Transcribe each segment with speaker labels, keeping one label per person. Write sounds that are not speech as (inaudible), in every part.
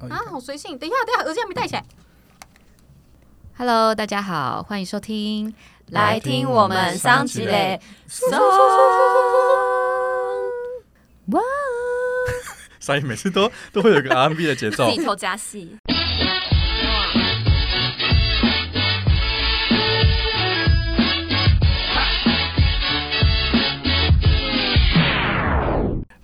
Speaker 1: 哦
Speaker 2: 啊，好随性。等一下，等一下，耳机还没戴起来。
Speaker 3: Hello，大家好，欢迎收听，
Speaker 1: 来听我们桑吉嘞。
Speaker 3: 哇，
Speaker 1: 所以每次都都会有一个 R&B 的节奏
Speaker 3: (laughs)
Speaker 4: 自。己偷加戏。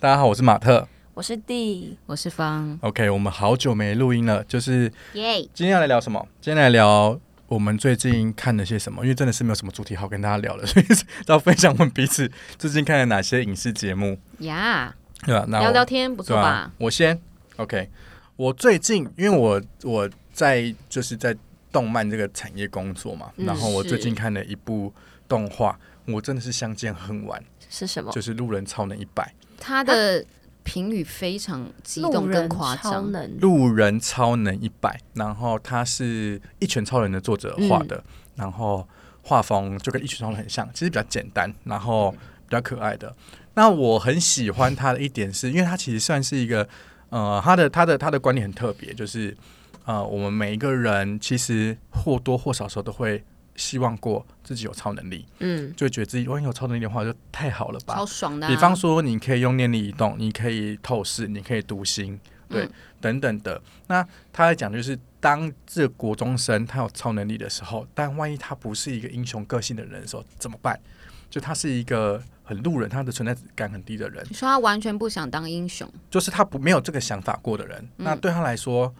Speaker 1: 大家好，我是马特。
Speaker 4: 我是 D，
Speaker 3: 我是方，
Speaker 1: OK，我们好久没录音了，就是
Speaker 3: 耶，
Speaker 1: 今天要来聊什么？今天来聊我们最近看了些什么，因为真的是没有什么主题好跟大家聊了， (laughs) 所以是要分享我们彼此最近看了哪些影视节目，
Speaker 3: 呀，
Speaker 1: 对吧、那我
Speaker 3: 聊聊天不
Speaker 1: 对
Speaker 3: 错
Speaker 1: 啊
Speaker 3: 吧？，
Speaker 1: 我先 OK。我最近因为我我在就是在动漫这个产业工作嘛，
Speaker 3: 嗯
Speaker 1: 然后我
Speaker 3: 是
Speaker 1: 最近看了一部动画，我真的是相见恨晚，
Speaker 4: 是什么？
Speaker 1: 就是《路人超能一百
Speaker 3: 他的评语非常激动跟夸
Speaker 4: 超
Speaker 3: 张，
Speaker 4: 能》，
Speaker 1: 啊路人超能一百，然后它是一拳超人的作者画的，然后画风就跟一拳超人很像，其实比较简单，然后比较可爱的。那我很喜欢它的一点是，因为它其实算是一个呃，他的他的他的观念很特别，就是呃，我们每一个人其实或多或少时候都会希望过自己有超能力，
Speaker 3: 嗯，
Speaker 1: 就会觉得自己万一有超能力的话，就太好了吧，
Speaker 3: 超爽的啊。
Speaker 1: 比方说，你可以用念力移动，你可以透视，你可以读心，对，
Speaker 3: 嗯
Speaker 1: 等等的。那他在讲就是，当这个国中生他有超能力的时候，但万一他不是一个英雄个性的人的时候，怎么办？就他是一个很路人，他的存在感很低的人，
Speaker 3: 你说他完全不想当英雄，
Speaker 1: 就是他不没有这个想法过的人。
Speaker 4: 嗯
Speaker 1: 那对他来说，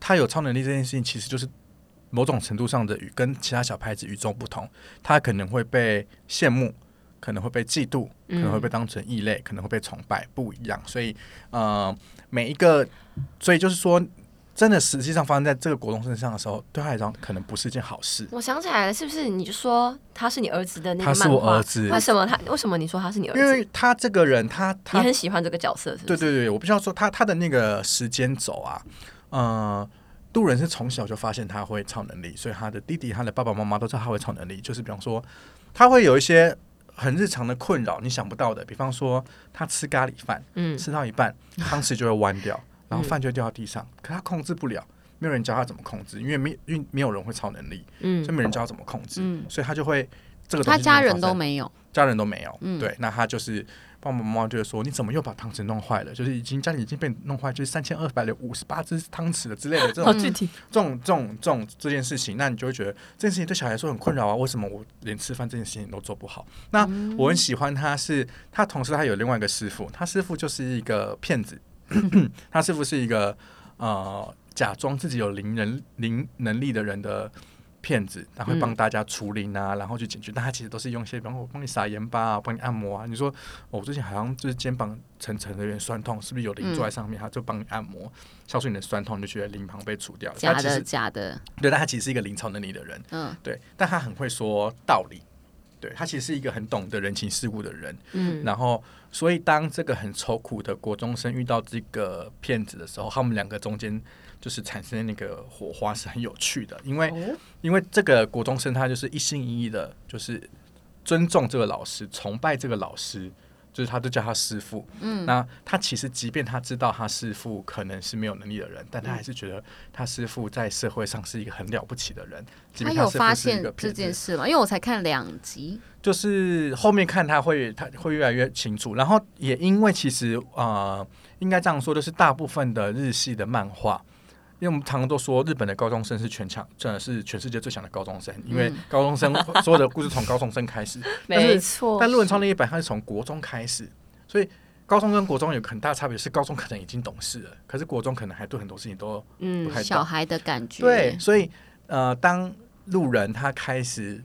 Speaker 1: 他有超能力这件事情，其实就是某种程度上的与跟其他小孩子与众不同。他可能会被羡慕，可能会被嫉妒，
Speaker 4: 嗯
Speaker 1: 可能会被当成异类，可能会被崇拜，不一样。所以，呃，每一个，所以就是说，真的实际上发生在这个国中身上的时候，对他来讲可能不是一件好事。
Speaker 4: 我想起来了，是不是？你就说他是你儿子的那个
Speaker 1: 他
Speaker 4: 漫画？
Speaker 1: 是我儿子
Speaker 4: 为什么他？为什么你说他是你儿
Speaker 1: 因
Speaker 4: 子？
Speaker 1: 为他这个人，他
Speaker 4: 你
Speaker 1: 他
Speaker 4: 很喜欢这个角色，是不
Speaker 1: 对
Speaker 4: 是？
Speaker 1: 对对，我必须要说他他的那个时间轴啊，呃，路人是从小就发现他会超能力，所以他的弟弟、他的爸爸妈妈都知道他会超能力。就是比方说，他会有一些很日常的困扰，你想不到的。比方说，他吃咖喱饭，
Speaker 4: 嗯，
Speaker 1: 吃到一半，汤匙就会弯掉，
Speaker 3: 嗯
Speaker 1: 然后饭就会掉到地上，可他控制不了，没有人教他怎么控制，因为没因为没有人会超能力，
Speaker 4: 嗯
Speaker 1: 所以没人教他怎么控制，
Speaker 3: 嗯
Speaker 1: 所以他就会这个东
Speaker 3: 他
Speaker 1: 西就会
Speaker 3: 家人
Speaker 1: 发
Speaker 3: 都
Speaker 1: 生
Speaker 3: 没有，
Speaker 1: 家人都没有，
Speaker 3: 嗯
Speaker 1: 对，那他就是爸爸妈妈就会说，你怎么又把汤匙弄坏了？就是已经家里已经被弄坏，就是三千二百五十八只汤匙了之类的这种、
Speaker 4: 具体。
Speaker 1: 这种这种这种这件事情，那你就会觉得这件事情对小孩来说很困扰啊，为什么我连吃饭这件事情都做不好？那
Speaker 3: 嗯
Speaker 1: 我很喜欢他是，他同时他有另外一个师傅，他师傅就是一个骗子， (clears throat) 他师傅是一个呃假装自己有灵能灵能力的人的。骗子，他会
Speaker 3: 嗯
Speaker 1: 帮大家除灵啊，然后去解决。但他其实都是用一些，比方说我帮你撒盐巴啊，帮你按摩啊。你说、哦我最近好像就是肩膀层层的有点酸痛，是不是有灵坐在上面？他就帮你按摩，消除你的酸痛，你就觉得灵旁被除掉了。
Speaker 3: 假
Speaker 1: 他其
Speaker 3: 的
Speaker 1: 实
Speaker 3: 假的，
Speaker 1: 对，但他其实是一个临床能力的人，
Speaker 3: 嗯，
Speaker 1: 对，但他很会说道理，对他其实是一个很懂得人情世故的人，嗯，然后所以当这个很愁苦的国中生遇到这个骗子的时候，他们两个中间就是产生那个火花是很有趣的，因为、
Speaker 3: 哦
Speaker 1: 因为这个国中生他就是一心一意的，就是尊重这个老师，崇拜这个老师。就是他都叫他师傅，嗯，那他其实即便他知道他师傅可能是没有能力的人，但
Speaker 3: 嗯
Speaker 1: 他还是觉得他师傅在社会上是一个很了不起的人。即
Speaker 3: 他
Speaker 1: 便
Speaker 3: 有
Speaker 1: 师
Speaker 3: 发
Speaker 1: 傅是一
Speaker 3: 现
Speaker 1: 个
Speaker 3: 这
Speaker 1: 骗
Speaker 3: 件
Speaker 1: 子，
Speaker 3: 事吗？因为我才看两集，
Speaker 1: 就是后面看他会他会越来越清楚。然后也因为其实呃，应该这样说，就是大部分的日系的漫画。因为我们常常都说日本的高中生是全强，真的是全世界最强的高中生，因为高中生所有的故事从高中生开始，但是
Speaker 4: 没错。
Speaker 1: 但《路人超能力一百》它是从国中开始，所以高中跟国中有很大差别，是高中可能已经懂事了，可是国中可能还对很多事情都不
Speaker 4: 嗯，
Speaker 1: 太
Speaker 3: 小
Speaker 1: 懂。
Speaker 3: 孩的感觉，
Speaker 1: 对，，所以呃，当路人他开始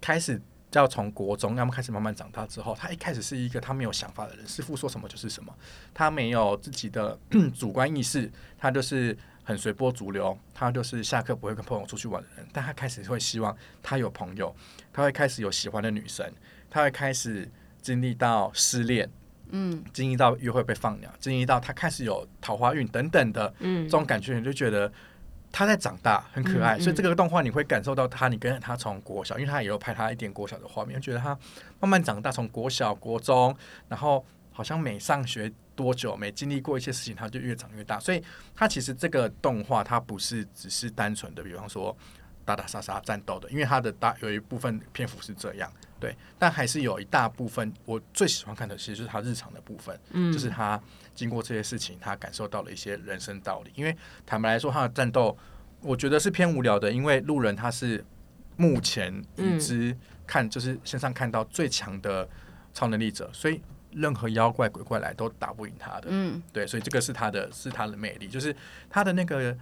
Speaker 1: 开始要从国中，要么开始慢慢长大之后，他一开始是一个他没有想法的人，师傅说什么就是什么，他没有自己的 (clears throat) 主观意识，他就是。很随波逐流，他就是下课不会跟朋友出去玩的人，但他开始会希望他有朋友，他会开始有喜欢的女生，他会开始经历到失恋，
Speaker 3: 嗯，
Speaker 1: 经历到约会被放鸟，经历到他开始有桃花运等等的，嗯，这种感觉你就觉得他在长大，很可爱。所以这个动画你会感受到他，你跟他从国小，因为他也有拍他一点国小的画面，就觉得他慢慢长大，从国小、国中，然后好像每上学多久，每经历过一些事情，他就越长越大。所以他其实这个动画，它不是只是单纯的，比方说打打杀杀战斗的，因为它的大有一部分篇幅是这样，对，但还是有一大部分我最喜欢看的，其实就是他日常的部分，
Speaker 4: 嗯
Speaker 1: 就是他经过这些事情，他感受到了一些人生道理。因为坦白来说，他的战斗我觉得是偏无聊的，因为路人他是目前已知
Speaker 3: 嗯
Speaker 1: 看、就是线上看到最强的超能力者，所以任何妖怪鬼怪来都打不赢他的。
Speaker 3: 嗯，
Speaker 1: 对，所以这个是他的是他的魅力，就是他的那个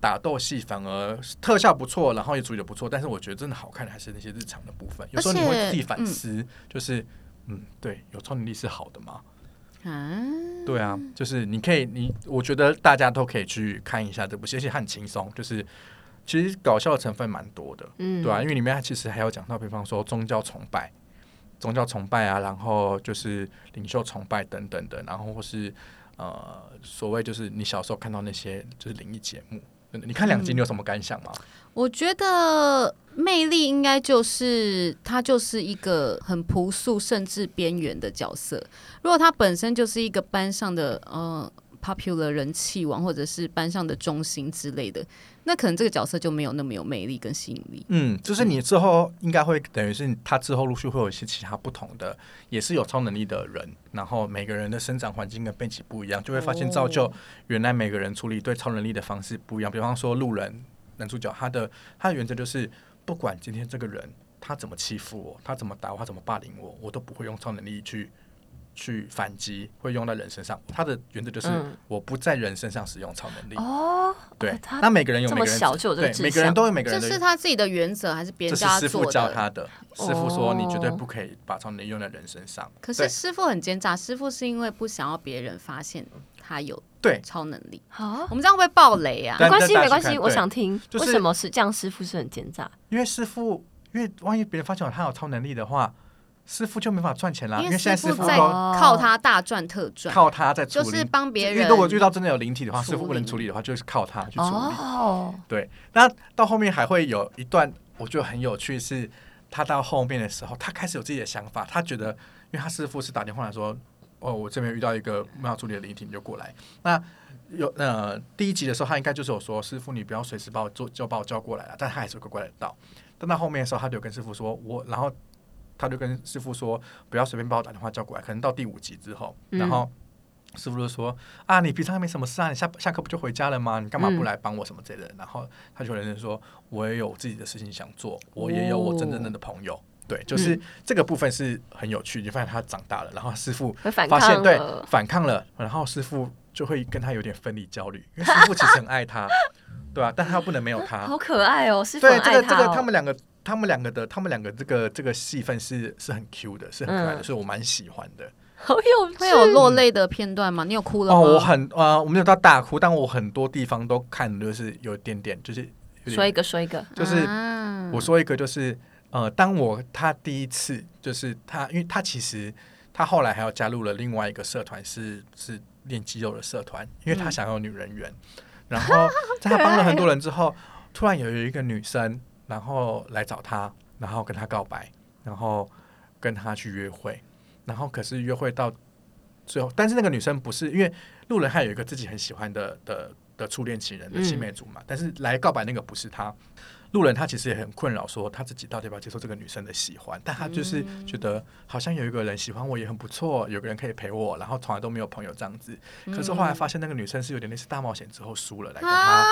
Speaker 1: 打斗戏反而特效不错，然后也处理的不错，但是我觉得真的好看的还是那些日常的部分。有时候你
Speaker 3: 而且嗯
Speaker 1: 会自己反思，就是嗯，对，有超能力是好的吗？
Speaker 3: 啊，
Speaker 1: 对啊，就是你可以，你我觉得大家都可以去看一下这部戏，而且它很轻松，就是其实搞笑的成分蛮多的，
Speaker 4: 嗯
Speaker 1: 对啊，因为里面它其实还有讲到，比方说宗教崇拜、宗教崇拜啊，然后就是领袖崇拜等等的，然后或是呃所谓就是你小时候看到那些就是灵异节目，你看两集你有什么感想吗？
Speaker 3: 我觉得魅力应该就是他就是一个很朴素甚至边缘的角色。如果他本身就是一个班上的呃 popular 人气王，或者是班上的中心之类的，那可能这个角色就没有那么有魅力跟吸引力。
Speaker 1: 嗯，就是你之后应该会等于是他之后陆续会有一些其他不同的，也是有超能力的人，然后每个人的生长环境跟背景不一样，就会发现造就
Speaker 4: 哦
Speaker 1: 原来每个人处理对超能力的方式不一样。比方说路人男主角，他的他的原则就是不管今天这个人他怎么欺负我，他怎么打我，他怎么霸凌我，我都不会用超能力去。去反击会用到人身上，他的原则就是
Speaker 4: 嗯
Speaker 1: 我不在人身上使用超能力。
Speaker 4: 哦，
Speaker 1: 对
Speaker 4: 哦他，
Speaker 1: 那每个人有
Speaker 4: 这
Speaker 1: 每
Speaker 4: 么
Speaker 1: 个人
Speaker 4: 小就有这个
Speaker 1: 对
Speaker 4: 志
Speaker 1: 每个人
Speaker 4: 向
Speaker 1: 都有每个
Speaker 3: 这
Speaker 1: 人的
Speaker 3: 是他自己的原则，还是别
Speaker 1: 这
Speaker 3: 人
Speaker 1: 是
Speaker 3: 教
Speaker 1: 师傅
Speaker 3: 做
Speaker 1: 教
Speaker 3: 的？
Speaker 1: 他的，师傅说你绝对
Speaker 4: 哦
Speaker 1: 不可以把超能力用在人身上。
Speaker 3: 可是师傅很奸诈，师傅是因为不想要别人发现他有
Speaker 1: 对，
Speaker 3: 超能力。
Speaker 4: 好，
Speaker 3: 我们这样会不会暴雷啊？
Speaker 1: 但
Speaker 4: 没关系
Speaker 1: 但大家
Speaker 4: 没关
Speaker 1: 去看
Speaker 4: 系，我想听
Speaker 1: 就是
Speaker 4: 为什么是这样？师傅是很奸诈，
Speaker 1: 因为师傅，因为万一别人发现他有超能力的话，师傅就没法赚钱啦。因为现在师
Speaker 3: 傅
Speaker 1: 傅
Speaker 3: 在
Speaker 1: 都
Speaker 3: 靠他大赚特赚，
Speaker 1: 靠他在处
Speaker 3: 就
Speaker 1: 理，
Speaker 3: 是帮别
Speaker 1: 因为
Speaker 3: 人。
Speaker 1: 如果遇到真的有灵体的话，
Speaker 3: 处
Speaker 1: 师傅不能
Speaker 3: 理
Speaker 1: 处理的话，就是靠他去处理。
Speaker 4: 哦，
Speaker 1: 对，那到后面还会有一段，我觉得很有趣是。他到后面的时候，他开始有自己的想法。他觉得，因为他师傅是打电话来说：“哦，我这边遇到一个没有处理的灵体，你就过来。”那有呃，第一集的时候，他应该就是有说：“师傅，你不要随时把我做就把我叫过来了。”但他还是会过来得到。但到后面的时候，他就跟师傅说：“我。”然后他就跟师傅说：“不要随便把我打电话叫过来。”可能到第五集之后，然后师傅就说：“啊，你平常也没什么事啊，你下下课不就回家了吗？你干嘛不来帮我什么之类的？”然后他就有人说：“我也有我自己的事情想做，我也有我真正的朋友。对，
Speaker 4: 哦
Speaker 1: 就是
Speaker 4: 嗯
Speaker 1: 这个部分是很有趣，你发现他长大了，然后师傅
Speaker 4: 会反
Speaker 1: 发现
Speaker 4: 抗
Speaker 1: 对
Speaker 4: 了，
Speaker 1: 反抗了，然后师傅就会跟他有点分离焦虑，因为
Speaker 4: (laughs)
Speaker 1: 师傅其实很爱他，对啊，但他不能没有他。
Speaker 4: 好可爱哦，师傅
Speaker 1: 对
Speaker 4: 很
Speaker 1: 这
Speaker 4: 爱
Speaker 1: 个这
Speaker 4: 他
Speaker 1: 个
Speaker 4: 哦
Speaker 1: 他们两个他们两个的他们两个这个这个戏份是是很 Q 的，是很可爱的，
Speaker 4: 嗯
Speaker 1: 所以我蛮喜欢的。
Speaker 4: 好有趣
Speaker 3: 会有落泪的片段吗？你有哭了吗？
Speaker 1: 哦，我很呃，我没有到大哭，但我很多地方都看的就是有一点点，就是有
Speaker 4: 说一
Speaker 1: 点，
Speaker 4: 个说一个，
Speaker 1: 就是
Speaker 3: 啊
Speaker 1: 我说一个就是呃，当我他第一次就是他，因为他其实他后来还要加入了另外一个社团，是是练肌肉的社团，因为他想要女人缘，然后在他帮了很多人之后，突然有一个女生然后来找他，然后跟他告白，然后跟他去约会，然后可是约会到最后，但是那个女生不是因为路人还有一个自己很喜欢的的的初恋情人的
Speaker 4: 嗯
Speaker 1: 青梅竹马，但是来告白那个不是他。路人他其实也很困扰，说他自己到底要不要接受这个女生的喜欢，但他就是觉得好像有一个人喜欢我也很不错，有个人可以陪我，然后从来都没有朋友这样子。可是后来发现那个女生是有点类似大冒险之后输了来跟他，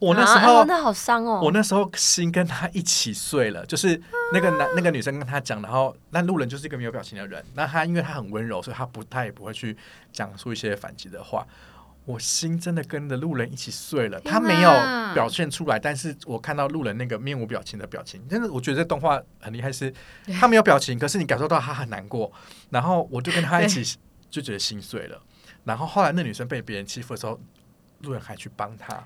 Speaker 1: 我那时
Speaker 4: 啊
Speaker 1: 候、
Speaker 4: 哦那好伤哦，
Speaker 1: 我那时候心跟他一起碎了，就是那个男、那个女生跟他讲，然后那路人就是一个没有表情的人，那他因为他很温柔，所以他不他也不会去讲出一些反击的话。我心真的跟着路人一起碎了，
Speaker 3: 天
Speaker 1: 他
Speaker 3: 哪
Speaker 1: 没有表现出来，但是我看到路人那个面无表情的表情，真的我觉得这动画很厉害是，他没有表情，可是你感受到他很难过，然后我就跟他一起就觉得心碎了。然后后来那女生被别人欺负的时候，路人还去帮她。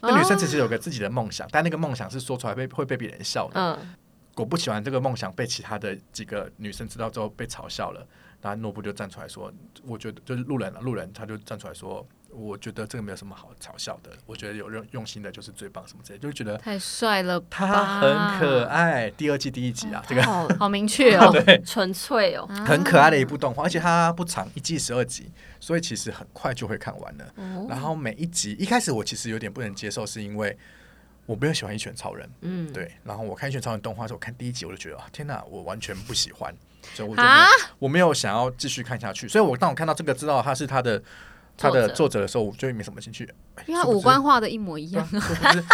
Speaker 1: 那女生其实有个自己的梦想，但那个梦想是说出来被会被别人笑的。
Speaker 4: 嗯，
Speaker 1: 果不其然，这个梦想被其他的几个女生知道啊之后被嘲笑了。然后诺布就站出来说：“我觉得就是路人了，路人他就站出来说，我觉得这个没有什么好嘲笑的，我觉得有用用心的就是最棒什么之类的，就觉得
Speaker 3: 太帅了吧，
Speaker 1: 他很可，爱。第二季第一集啊，这个
Speaker 4: 好
Speaker 3: 好明确
Speaker 1: (laughs)
Speaker 3: 哦，
Speaker 4: 纯粹哦，
Speaker 3: 啊
Speaker 1: 很可爱的一部动画，而且它不长，一季十二集，所以其实很快就会看完了。然后每一集一开始我其实有点不能接受，是因为我没有喜欢一拳超人，
Speaker 4: 嗯，
Speaker 1: 对。然后我看一拳超人动画的时候，我看第一集我就觉得啊，天哪，我完全不喜欢，所以我就没有
Speaker 3: 啊，
Speaker 1: 我没有想要继续看下去。所以我当我看到这个知道他是他的他的
Speaker 4: 作者
Speaker 1: 作者的时候，我就没什么兴趣，哎
Speaker 3: 因为他
Speaker 1: 殊不
Speaker 3: 五
Speaker 1: 知
Speaker 3: 官画的一模一
Speaker 1: 对啊
Speaker 3: 样，
Speaker 1: 殊不知
Speaker 3: (laughs)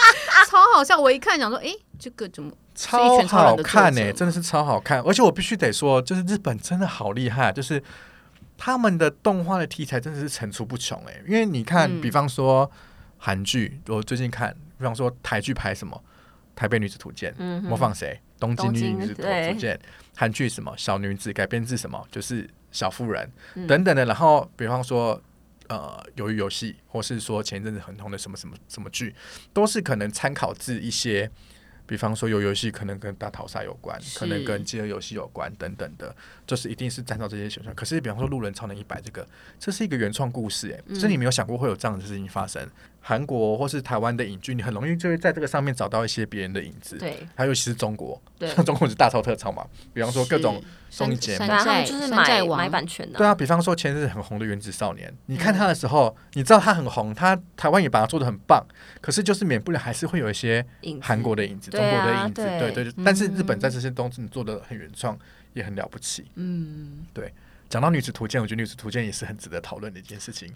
Speaker 3: 超好笑。我一看想说，诶，这个怎么？
Speaker 1: 超好看
Speaker 3: 是一拳超人的作
Speaker 1: 呢、
Speaker 3: 者吗
Speaker 1: 真的是超好看，而且我必须得说，就是日本真的好厉害，就是他们的动画的题材真的是层出不穷哎、因为你看，
Speaker 3: 嗯
Speaker 1: 比方说韩剧，我最近看，比方说台剧拍什么《台北女子图鉴》
Speaker 4: 嗯哼
Speaker 1: 模仿谁？东京
Speaker 4: 东
Speaker 1: 女
Speaker 4: 京
Speaker 1: 女子图
Speaker 4: 对
Speaker 1: 图鉴，韩剧什么小女子改编自什么，就是小妇人、
Speaker 4: 嗯
Speaker 1: 等等的。然后比方说呃，鱿鱼游戏，或是说前一阵子很红的什么什么什么剧，都是可能参考自一些，比方说有游戏可能跟大逃杀有关，可能
Speaker 3: 是
Speaker 1: 跟饥饿游戏有关等等的，就是一定是参照这些选项。可是比方说路人超能一百这个，这是一个原创故事、欸，哎、
Speaker 4: 嗯
Speaker 1: 是你没有想过会有这样的事情发生。韩国或是台湾的影剧，你很容易就会在这个上面找到一些别人的影子。
Speaker 4: 对
Speaker 1: 还有尤其是中国，
Speaker 4: 对。
Speaker 1: (laughs) 像中国是大超特超嘛，比方说各种
Speaker 3: 是
Speaker 1: 综艺节目
Speaker 3: 山
Speaker 4: 反正他
Speaker 3: 寨
Speaker 4: 们就是
Speaker 3: 山寨
Speaker 4: 买
Speaker 3: 王
Speaker 4: 买版权的，
Speaker 1: 对啊，比方说前阵子很红的《原子少年》，你
Speaker 4: 嗯
Speaker 1: 看他的时候，你知道他很红，他台湾也把他做的很棒，可是就是免不了还是会有一些
Speaker 4: 影子
Speaker 1: 韩国的影子、中
Speaker 4: 对啊
Speaker 1: 国的影子，
Speaker 4: 对嗯
Speaker 1: 对对对但是日本在这些东西做的很原创，也很了不起。
Speaker 3: 嗯，
Speaker 1: 讲到女子图鉴，我觉得女子图鉴也是很值得讨论的一件事情。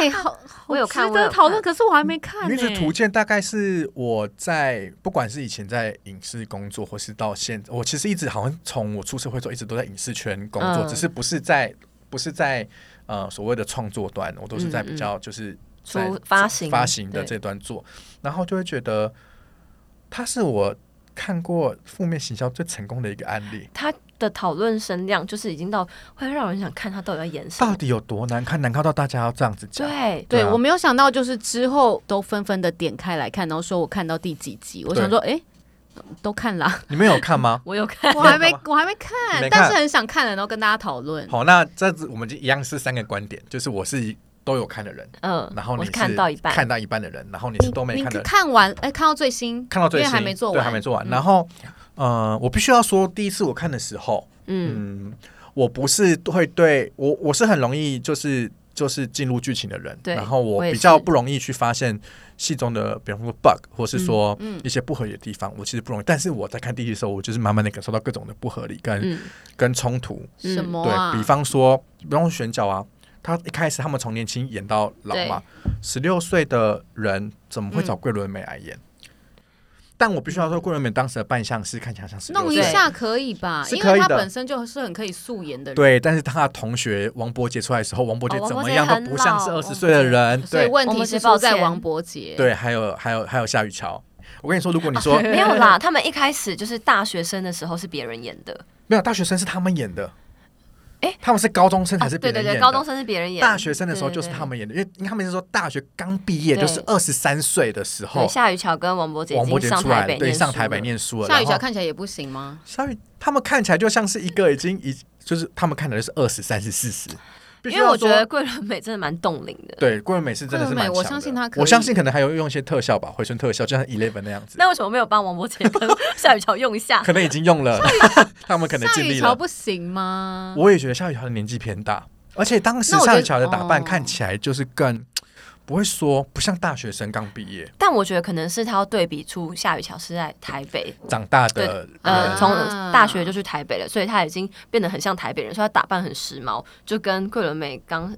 Speaker 3: 哎、好，
Speaker 4: 我有看
Speaker 3: 值
Speaker 4: 我有
Speaker 3: 得
Speaker 4: 看
Speaker 3: 讨论，可是我还没看、
Speaker 1: 女
Speaker 3: 呢。
Speaker 1: 子
Speaker 4: 欸
Speaker 1: 图鉴大概是我在不管是以前在影视工作，或是到现，我其实一直好像从我出社会之后一直都在影视圈工作，
Speaker 4: 嗯
Speaker 1: 只是不是在不是在呃所谓的创作端，我都是在
Speaker 4: 嗯嗯
Speaker 1: 比较就是
Speaker 4: 出
Speaker 1: 在
Speaker 4: 发行
Speaker 1: 发行的
Speaker 4: 对
Speaker 1: 这端做，然后就会觉得它是我看过负面行销最成功的一个案例。
Speaker 4: 他的讨论声量就是已经到会让人想看他到底在演
Speaker 1: (laughs)
Speaker 4: 什
Speaker 1: 到
Speaker 4: 么。
Speaker 1: 底有多难看？难看到大家要这样子讲？
Speaker 4: 对，
Speaker 3: 对
Speaker 1: 对啊
Speaker 3: 我没有想到，就是之后都纷纷的点开来看，然后说我看到第几集，我想说，哎、都看
Speaker 1: (laughs)
Speaker 3: 啦，
Speaker 1: 你们有看
Speaker 4: (laughs)
Speaker 1: 吗？
Speaker 4: 我有看，
Speaker 3: 我还没
Speaker 1: 你没看
Speaker 3: 我还没
Speaker 1: 你
Speaker 3: 看
Speaker 1: 没看，
Speaker 3: 但是很想看了，然后跟大家讨论。
Speaker 1: 好，那这次我们就一样是三个观点，就是我是都有看的人，
Speaker 4: 嗯，
Speaker 1: 然后
Speaker 4: 我
Speaker 1: 你是
Speaker 4: 是看到一半，
Speaker 1: 看到一半的人，然后你是都没
Speaker 3: 你
Speaker 1: 看的人，
Speaker 3: 看完，哎、看到最新，
Speaker 1: 看到最
Speaker 3: 因
Speaker 1: 新
Speaker 3: 为还没做
Speaker 1: 对，
Speaker 3: 完，
Speaker 1: 还没做完。然后，呃，我必须要说，第一次我看的时候，
Speaker 4: 嗯
Speaker 1: 嗯，我不是会对我，我是很容易就是就是进入剧情的人，
Speaker 4: 对
Speaker 1: 然后
Speaker 4: 我也
Speaker 1: 比
Speaker 4: 是
Speaker 1: 较不容易去发现戏中的，比方说 bug 或是说
Speaker 3: 嗯嗯
Speaker 1: 一些不合理的地方，我其实不容易。但是我在看第一集的时候，我就是慢慢的感受到各种的不合理跟、
Speaker 4: 嗯，
Speaker 1: 跟冲突，
Speaker 4: 嗯
Speaker 3: 什么、啊？
Speaker 1: 对比方说，比方说选角啊，他一开始他们从年轻演到老嘛，十六岁的人怎么会找桂纶镁来演？但我必须要说，桂纶镁当时的扮相是看起来像十六
Speaker 3: 弄一
Speaker 1: 岁，
Speaker 3: 下可以吧？
Speaker 1: 是
Speaker 3: 因
Speaker 1: 可
Speaker 3: 为
Speaker 1: 以
Speaker 3: 他
Speaker 1: 的
Speaker 3: 本身就是很可以素颜的人，
Speaker 1: 对，但是他的同学王伯杰出来的时候，王伯杰
Speaker 4: 哦王
Speaker 1: 怎
Speaker 4: 伯
Speaker 1: 么
Speaker 4: 杰
Speaker 1: 样都
Speaker 4: 很
Speaker 1: 不像是二
Speaker 4: 老哦王
Speaker 1: 十
Speaker 4: 伯
Speaker 1: 岁的
Speaker 4: 杰
Speaker 1: 人，
Speaker 3: 所以
Speaker 1: 对
Speaker 3: 问
Speaker 4: 我
Speaker 3: 题
Speaker 4: 们
Speaker 3: 是
Speaker 4: 是
Speaker 3: 出
Speaker 4: 抱
Speaker 3: 在
Speaker 4: 歉
Speaker 3: 王伯杰。
Speaker 1: 对，还有还有还有夏雨乔。我跟你说，如果你说
Speaker 4: 没有啦，他们一开始就是大学生的时候是别人演的，
Speaker 1: (laughs) 没有大学生是他们演的，
Speaker 4: 诶
Speaker 1: 他们是高中生还
Speaker 4: 啊
Speaker 1: 是别
Speaker 4: 对
Speaker 1: 人
Speaker 4: 对
Speaker 1: 演
Speaker 4: 对，
Speaker 1: 的？
Speaker 4: 高中生是别人演，
Speaker 1: 大学生的时候
Speaker 4: 对
Speaker 1: 就是
Speaker 4: 对
Speaker 1: 他们演的，因为因为他们是说大学刚毕业，就是二十三岁的时
Speaker 4: 对，
Speaker 1: 候，
Speaker 4: 夏雨乔跟王柏杰
Speaker 1: 王
Speaker 4: 已
Speaker 1: 伯
Speaker 4: 经
Speaker 1: 杰
Speaker 4: 上
Speaker 1: 出
Speaker 4: 台
Speaker 1: 来
Speaker 4: 北，
Speaker 1: 对，上台北，念书了。
Speaker 3: 夏雨乔
Speaker 1: 然后
Speaker 3: 看起来也不行吗？
Speaker 1: 夏雨他们看起来就像是一个已经已就是他们看起来就是二十三、是四十，必须
Speaker 4: 因为我
Speaker 1: 要说
Speaker 4: 觉得桂纶镁真的蛮冻龄的。
Speaker 1: 对桂纶镁是真的是蛮强的
Speaker 3: 桂纶镁我相信她可以
Speaker 1: 我相信可能还有用一些特效吧，回春特效，就像 Eleven 那样子，
Speaker 4: 那为什么没有帮王柏杰跟 (laughs) 夏雨乔用一下？
Speaker 1: 可能已经用了， (laughs) 他们可能
Speaker 3: 夏
Speaker 1: 尽
Speaker 3: 雨
Speaker 1: 力
Speaker 3: 乔
Speaker 1: 了。
Speaker 3: 不行吗？
Speaker 1: 我也觉得夏雨乔的年纪偏大，而且当时
Speaker 3: 那我觉
Speaker 1: 夏
Speaker 3: 得
Speaker 1: 雨乔的打扮
Speaker 3: 哦
Speaker 1: 看起来就是更不会说不像大学生刚毕业
Speaker 4: 但我觉得可能是他要对比出夏雨乔是在台北，
Speaker 1: 长大的
Speaker 4: 呃，
Speaker 1: 人
Speaker 4: 从
Speaker 3: 啊
Speaker 4: 大学就去台北了，所以他已经变得很像台北人，所以他打扮很时髦，就跟桂纶镁刚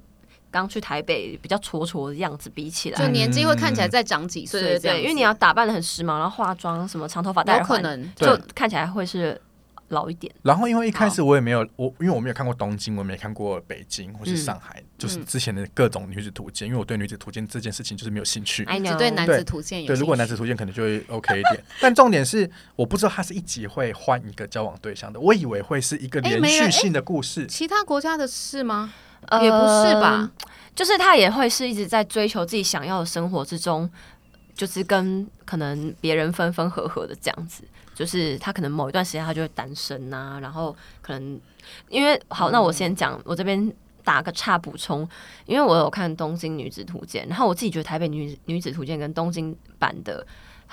Speaker 4: 刚去台北比较挫挫的样子比起
Speaker 3: 就
Speaker 4: 来。
Speaker 3: 年纪会
Speaker 1: 嗯
Speaker 3: 看起来再长几
Speaker 4: 对
Speaker 3: 岁
Speaker 4: 对
Speaker 3: 这样
Speaker 4: 对，
Speaker 3: 子，
Speaker 4: 因为你要打扮的很时髦，然后化妆什么长头发戴
Speaker 3: 有
Speaker 4: 耳环
Speaker 3: 可，能
Speaker 1: 对
Speaker 4: 就看起来会是老一点。
Speaker 1: 然后因为一开始我也没有我，因为我没有看过东京，我也没看过北京或
Speaker 3: 嗯
Speaker 1: 是上海，就是之前的各种女子图鉴，因为我对女子图鉴这件事情就是没有兴趣。
Speaker 4: I
Speaker 3: 只
Speaker 4: know
Speaker 3: 对男子图鉴哎有
Speaker 1: 对，如果男
Speaker 3: 兴
Speaker 1: 子图鉴可能就会 OK 一点， (laughs) 但重点是我不知道它是一集会换一个交往对象的，我以为会是一个
Speaker 3: 哎
Speaker 1: 连
Speaker 3: 没人
Speaker 1: 续性的故事
Speaker 3: 趣。其他国家的事吗？
Speaker 4: 呃
Speaker 3: 也不是吧？
Speaker 4: 就是他也会是一直在追求自己想要的生活之中，就是跟可能别人分分合合的这样子。就是他可能啊某一段时间他就会单身呐、然后可能因为好，那我先讲，我这边打个岔补充，因为我有看《东京女子图鉴》，然后我自己觉得台北女女子图鉴跟东京版的。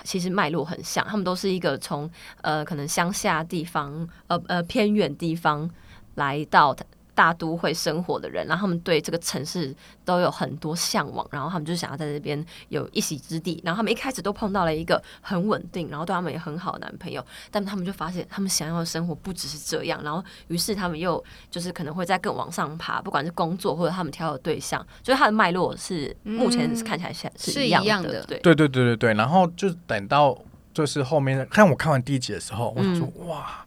Speaker 4: 其实脉络很像，他们都是一个从呃可能乡下地方，呃呃偏远地方来到大都会生活的人，然后他们对这个城市都有很多向往，然后他们就想要在这边有一席之地。然后他们一开始都碰到了一个很稳定，然后对他们也很好的男朋友，但他们就发现他们想要的生活不只是这样，然后于是他们又就是可能会再更往上爬，不管是工作或者他们挑的对象，就是它的脉络是目前是看起来是、
Speaker 3: 是
Speaker 4: 是
Speaker 3: 一
Speaker 4: 样
Speaker 3: 样
Speaker 4: 的
Speaker 3: 的，
Speaker 4: 对。
Speaker 1: 对对对对对，然后就等到就是后面看我看完第一集的时候，我
Speaker 3: 嗯
Speaker 1: 想说、哇，